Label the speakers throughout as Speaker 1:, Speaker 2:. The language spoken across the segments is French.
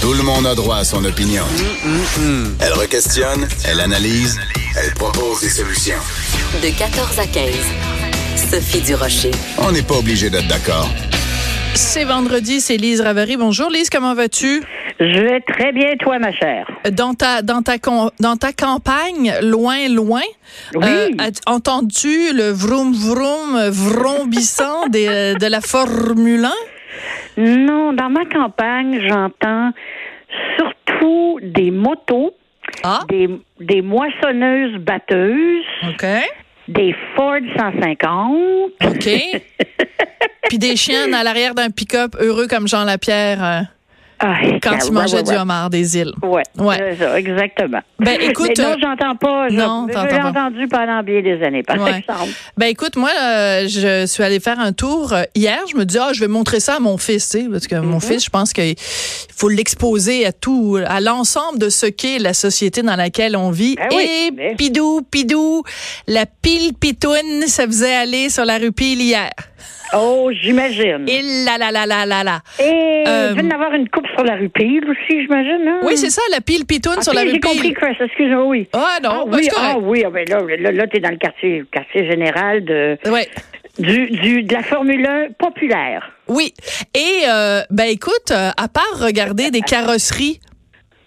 Speaker 1: Tout le monde a droit à son opinion. Elle requestionne, elle analyse, elle propose des solutions.
Speaker 2: De 14 à 15. Sophie Durocher.
Speaker 1: On n'est pas obligé d'être d'accord.
Speaker 3: C'est vendredi, c'est Lise Ravary. Bonjour Lise, comment vas-tu?
Speaker 4: Je vais très bien, toi, ma chère.
Speaker 3: Dans ta, dans ta, con- dans ta campagne, loin, loin, euh,
Speaker 4: Oui.
Speaker 3: as-tu entendu le vroom vroom euh, vrombissant des, euh, de la Formule 1?
Speaker 4: Non, dans ma campagne, j'entends surtout des motos,
Speaker 3: Ah,
Speaker 4: des, des moissonneuses batteuses,
Speaker 3: OK.
Speaker 4: des Ford 150.
Speaker 3: OK. Puis des chiennes à l'arrière d'un pick-up heureux comme Jean Lapierre euh,
Speaker 4: Ah,
Speaker 3: quand
Speaker 4: ouais,
Speaker 3: tu mangeais
Speaker 4: ouais,
Speaker 3: du
Speaker 4: ouais.
Speaker 3: homard des îles.
Speaker 4: Ouais,
Speaker 3: Ouais.
Speaker 4: c'est ça, exactement.
Speaker 3: Ben, écoute,
Speaker 4: Mais non,
Speaker 3: euh,
Speaker 4: j'entends pas. Je,
Speaker 3: non,
Speaker 4: je
Speaker 3: t'entends
Speaker 4: l'ai
Speaker 3: pas.
Speaker 4: entendu pendant bien des années, par
Speaker 3: Ouais.
Speaker 4: exemple.
Speaker 3: Ben écoute, moi, euh, je suis allée faire un tour euh, hier. Je me dis, ah, je vais montrer ça à mon fils, tu sais, parce que
Speaker 4: Mhm.
Speaker 3: mon fils, je pense qu'il faut l'exposer à tout, à l'ensemble de ce qu'est la société dans laquelle on vit.
Speaker 4: Ben oui,
Speaker 3: Et
Speaker 4: mais-
Speaker 3: pidou, pidou, la pile pitoune, ça faisait aller sur la rue Pile hier.
Speaker 4: Oh, j'imagine. Et,
Speaker 3: Il la la la la la la.
Speaker 4: Hmm.
Speaker 3: euh,
Speaker 4: il vient d'avoir une coupe sur la rue Pire aussi, j'imagine. hein?
Speaker 3: Oui, c'est ça, la pile pitoune
Speaker 4: Ah, Ok,
Speaker 3: sur la rue
Speaker 4: J'ai compris,
Speaker 3: Pile.
Speaker 4: Chris, excuse-moi, oui.
Speaker 3: Ah non,
Speaker 4: ah,
Speaker 3: ben,
Speaker 4: oui,
Speaker 3: c'est
Speaker 4: ah,
Speaker 3: correct.
Speaker 4: oui, ah, ben là, là, là, t'es dans le quartier, quartier général de,
Speaker 3: Ouais.
Speaker 4: du, du, de la Formule 1 populaire.
Speaker 3: Oui. Et euh, ben écoute, euh, à part regarder des carrosseries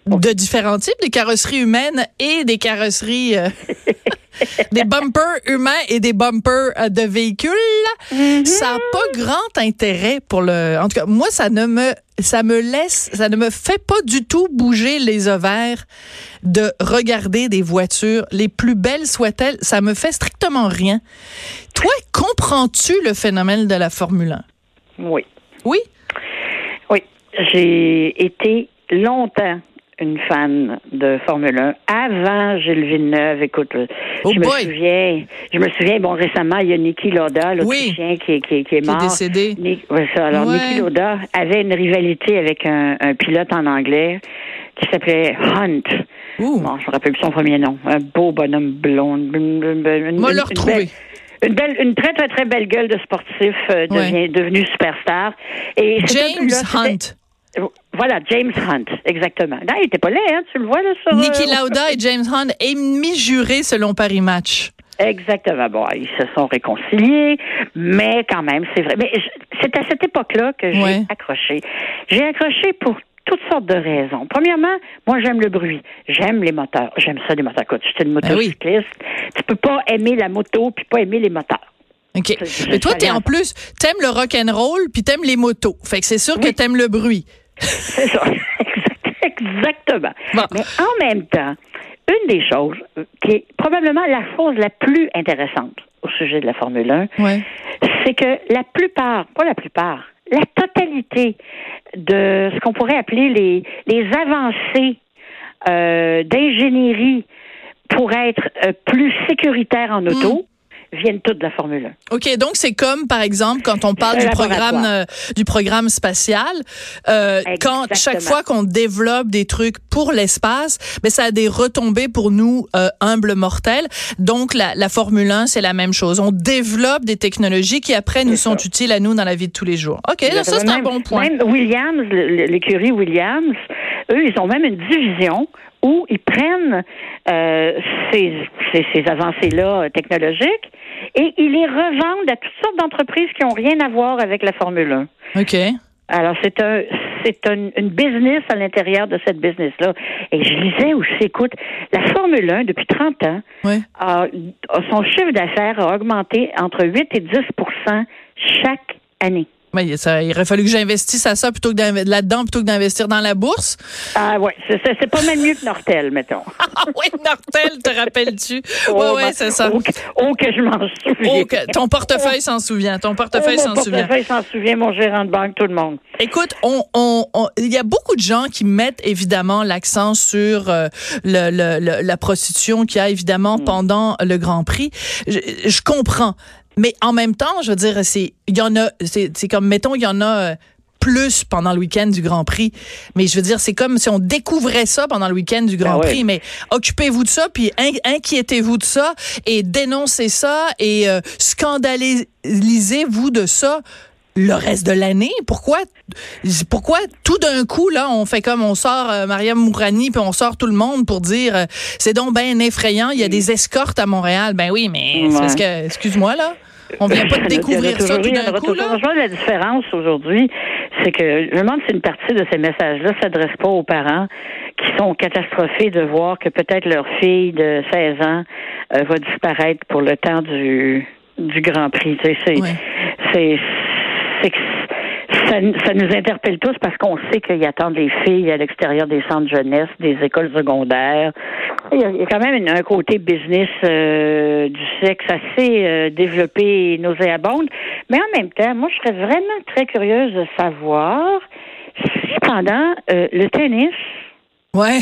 Speaker 3: de différents types, des carrosseries humaines et des carrosseries euh, des bumpers humains et des bumpers euh, de véhicules, ça n'a pas grand intérêt pour le en tout cas moi ça ne me ça me laisse ça ne me fait pas du tout bouger les ovaires de regarder des voitures les plus belles soient-elles, ça me fait strictement rien. Toi, comprends-tu le phénomène de la Formule 1
Speaker 4: Oui.
Speaker 3: oui.
Speaker 4: Oui. J'ai été longtemps une fan de Formule 1 avant Gilles Villeneuve. Écoute, euh,
Speaker 3: Oh
Speaker 4: je
Speaker 3: boy.
Speaker 4: me souviens, je me souviens, bon, récemment, il y a Niki Loda, l'Autrichien, qui, est- qui, est- qui est
Speaker 3: Qui est
Speaker 4: mort.
Speaker 3: décédé.
Speaker 4: Ni- ouais, ça, alors,
Speaker 3: Ouais.
Speaker 4: Niki Loda avait une rivalité avec un, un pilote en anglais qui s'appelait Hunt.
Speaker 3: Ouh.
Speaker 4: Bon, je me rappelle plus son premier nom. Un beau bonhomme blond. Une, une- une- une-
Speaker 3: Moi, le
Speaker 4: une
Speaker 3: retrouver.
Speaker 4: belle- Une, belle, une très, très, très belle gueule de sportif
Speaker 3: Ouais.
Speaker 4: euh, devient- devenu superstar. Et ce
Speaker 3: James
Speaker 4: gars-là, c'était-
Speaker 3: Hunt.
Speaker 4: Voilà, James Hunt, exactement. Non, il était pas laid, hein, tu le vois, là, sur...
Speaker 3: Niki
Speaker 4: euh,
Speaker 3: Lauda et James Hunt, ennemis jurés selon Paris Match.
Speaker 4: Exactement. Bon, ils se sont réconciliés, mais quand même, c'est vrai. Mais je- c'est à cette époque-là que j'ai
Speaker 3: Ouais.
Speaker 4: accroché. J'ai accroché pour toutes sortes de raisons. Premièrement, moi, j'aime le bruit. J'aime les moteurs. J'aime ça, les moteurs. Écoute, je suis une
Speaker 3: Ben oui.
Speaker 4: motocycliste. Tu peux pas aimer la moto puis pas aimer les moteurs.
Speaker 3: OK.
Speaker 4: C'est-
Speaker 3: Mais toi,
Speaker 4: c'est
Speaker 3: t'es en
Speaker 4: alliant.
Speaker 3: plus, t'aimes le rock'n'roll puis t'aimes les motos. Fait que c'est sûr que
Speaker 4: Oui.
Speaker 3: t'aimes le bruit.
Speaker 4: C'est ça. Exact- Exactement.
Speaker 3: Bon.
Speaker 4: Mais en même temps, une des choses qui est probablement la chose la plus intéressante au sujet de la Formule 1,
Speaker 3: Ouais.
Speaker 4: c'est que la plupart, pas la plupart, la totalité de ce qu'on pourrait appeler les, les avancées euh, d'ingénierie pour être euh, plus sécuritaire en auto
Speaker 3: Hmm.
Speaker 4: viennent toutes de la Formule 1.
Speaker 3: OK, donc c'est comme par exemple quand on parle
Speaker 4: Le
Speaker 3: du programme
Speaker 4: laboratoire.
Speaker 3: euh, du programme spatial, euh, quand
Speaker 4: Exactement.
Speaker 3: chaque fois qu'on développe des trucs pour l'espace, mais ça a des retombées pour nous euh, humbles mortels. Donc la, la Formule 1, c'est la même chose. On développe des technologies qui après nous sont utiles à nous dans la vie de tous les jours. OK, là, ça c'est un
Speaker 4: Même-
Speaker 3: bon point.
Speaker 4: Même Williams, le- le- l'écurie Williams, eux, ils ont même une division où ils prennent euh, ces, ces- ces avancées-là euh, technologiques et ils les revendent à toutes sortes d'entreprises qui n'ont rien à voir avec la Formule 1.
Speaker 3: OK.
Speaker 4: Alors, c'est un, c'est un- une business à l'intérieur de cette business-là. Et je lisais aussi, écoute, la Formule 1, depuis 30 ans,
Speaker 3: Ouais.
Speaker 4: a- son chiffre d'affaires a augmenté entre 8 et 10 chaque année.
Speaker 3: Mais ça, il aurait fallu que j'investisse à ça plutôt que d'inv- là-dedans plutôt que d'investir dans la bourse.
Speaker 4: Ah ouais, c'est- c'est c'est pas mal mieux que Nortel, mettons.
Speaker 3: Ah oui, Nortel, te rappelles-tu? Oui,
Speaker 4: Oh,
Speaker 3: oui,
Speaker 4: ben,
Speaker 3: c'est ça.
Speaker 4: Oh, que, oh, que je m'en souviens.
Speaker 3: Oh, que- ton portefeuille s'en souvient, ton
Speaker 4: Oh,
Speaker 3: portefeuille
Speaker 4: mon
Speaker 3: s'en souvient.
Speaker 4: portefeuille s'en souvient, mon gérant de banque, tout le monde.
Speaker 3: Écoute, on, on, on- il y a beaucoup de gens qui mettent évidemment l'accent sur euh, le, le- le- la prostitution qu'il y a évidemment pendant le Grand Prix. Je, je comprends, mais en même temps, je veux dire, c'est il y en a, c'est c'est comme mettons, il y en a. euh, plus pendant le week-end du Grand Prix. Mais je veux dire, c'est comme si on découvrait ça pendant le week-end du Grand
Speaker 4: Ah ouais.
Speaker 3: Prix. Mais occupez-vous de ça, puis in- inquiétez-vous de ça, et dénoncez ça, et euh, scandalisez-vous de ça le reste de l'année. Pourquoi, pourquoi tout d'un coup, là, on fait comme on sort euh, Mariam Mourani, puis on sort tout le monde pour dire euh, c'est donc ben effrayant, il y a des escortes à Montréal. Ben oui, mais c'est
Speaker 4: Ouais.
Speaker 3: parce que, excuse-moi, là, on vient pas de
Speaker 4: Il y en
Speaker 3: découvrir
Speaker 4: a
Speaker 3: ça
Speaker 4: toujours
Speaker 3: tout
Speaker 4: eu, il y en
Speaker 3: d'un
Speaker 4: aura
Speaker 3: coup,
Speaker 4: toujours.
Speaker 3: là.
Speaker 4: Je vois la différence aujourd'hui, c'est que je me demande si une partie de ces messages-là ne s'adresse pas aux parents qui sont catastrophés de voir que peut-être leur fille de 16 ans euh, va disparaître pour le temps du, du Grand Prix. Tu sais, c'est,
Speaker 3: Ouais.
Speaker 4: c'est, c'est que ça, ça nous interpelle tous parce qu'on sait qu'ils attendent les filles à l'extérieur des centres jeunesse, des écoles secondaires. Il y a, il y a quand même une- un côté business euh, du sexe assez euh, développé et nauséabonde. Mais en même temps, moi, je serais vraiment très curieuse de savoir si pendant euh, le tennis,
Speaker 3: Ouais.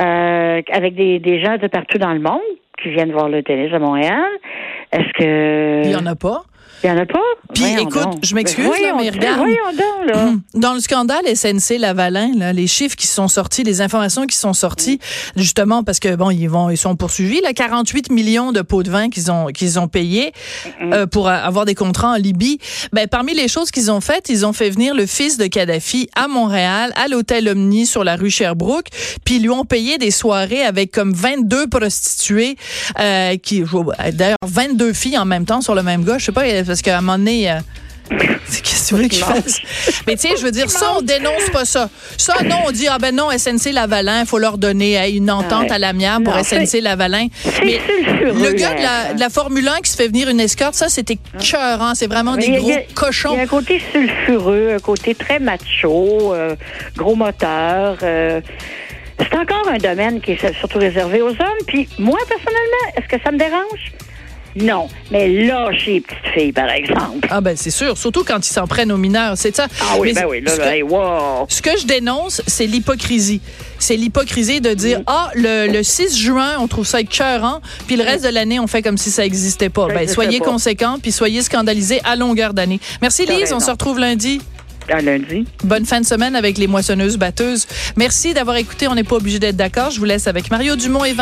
Speaker 4: euh, avec des, des gens de partout dans le monde qui viennent voir le tennis à Montréal, est-ce que...
Speaker 3: Il y en a pas.
Speaker 4: Il y en a pas?
Speaker 3: Puis,
Speaker 4: Voyons
Speaker 3: écoute,
Speaker 4: donc.
Speaker 3: je m'excuse, là,
Speaker 4: Voyons
Speaker 3: mais
Speaker 4: donc,
Speaker 3: regarde.
Speaker 4: Voyons donc, là.
Speaker 3: Hum. Dans le scandale SNC Lavalin, là, les chiffres qui sont sortis, les informations qui sont sorties, justement parce que bon, ils vont, ils sont poursuivis. Là, 48 millions de pots de vin qu'ils ont, qu'ils ont payés euh, pour euh, avoir des contrats en Libye. Ben, parmi les choses qu'ils ont faites, ils ont fait venir le fils de Kadhafi à Montréal, à l'hôtel Omni sur la rue Sherbrooke, puis ils lui ont payé des soirées avec comme 22 prostituées, euh, qui d'ailleurs 22 filles en même temps sur le même gars. Je sais pas parce qu'à un moment donné. euh, c'est Qu'est-ce que tu veux qu'il fasse? Mais tu sais, je veux dire, ça, on dénonce pas ça. Ça, non, on dit, ah ben non, SNC Lavalin, il faut leur donner hey, une entente
Speaker 4: Ouais.
Speaker 3: à l'amiable pour
Speaker 4: Non,
Speaker 3: SNC Lavalin.
Speaker 4: C'est
Speaker 3: Mais
Speaker 4: sulfureux.
Speaker 3: le gars de
Speaker 4: là.
Speaker 3: la, de la Formule 1 qui se fait venir une escorte, ça, c'était cœurant. C'est vraiment
Speaker 4: Ah. Mais
Speaker 3: des
Speaker 4: il y a-
Speaker 3: gros
Speaker 4: il y a- Il y
Speaker 3: cochons.
Speaker 4: a un côté sulfureux, un côté très macho, euh, gros moteur. euh, c'est encore un domaine qui est surtout réservé aux hommes. Puis moi, personnellement, est-ce que ça me dérange? Non. Mais là, chez les petites filles, par exemple.
Speaker 3: Ah ben c'est sûr, surtout quand ils s'en prennent aux mineurs, c'est ça.
Speaker 4: Ah oui,
Speaker 3: Mais
Speaker 4: ben oui, là,
Speaker 3: ce que-
Speaker 4: là, hey, wow.
Speaker 3: Ce que je dénonce, c'est l'hypocrisie. C'est l'hypocrisie de dire ah le, le 6 juin on trouve ça écœurant, puis le reste de l'année on fait comme si ça n'existait pas.
Speaker 4: Ça
Speaker 3: Ben
Speaker 4: existait
Speaker 3: soyez
Speaker 4: pas.
Speaker 3: conséquents puis soyez scandalisés à longueur d'année. Merci
Speaker 4: T'as
Speaker 3: Lise, on
Speaker 4: raison.
Speaker 3: se retrouve lundi.
Speaker 4: À lundi.
Speaker 3: Bonne fin de semaine avec les moissonneuses batteuses. Merci d'avoir écouté. On n'est pas obligé d'être d'accord. Je vous laisse avec Mario Dumont et Vin-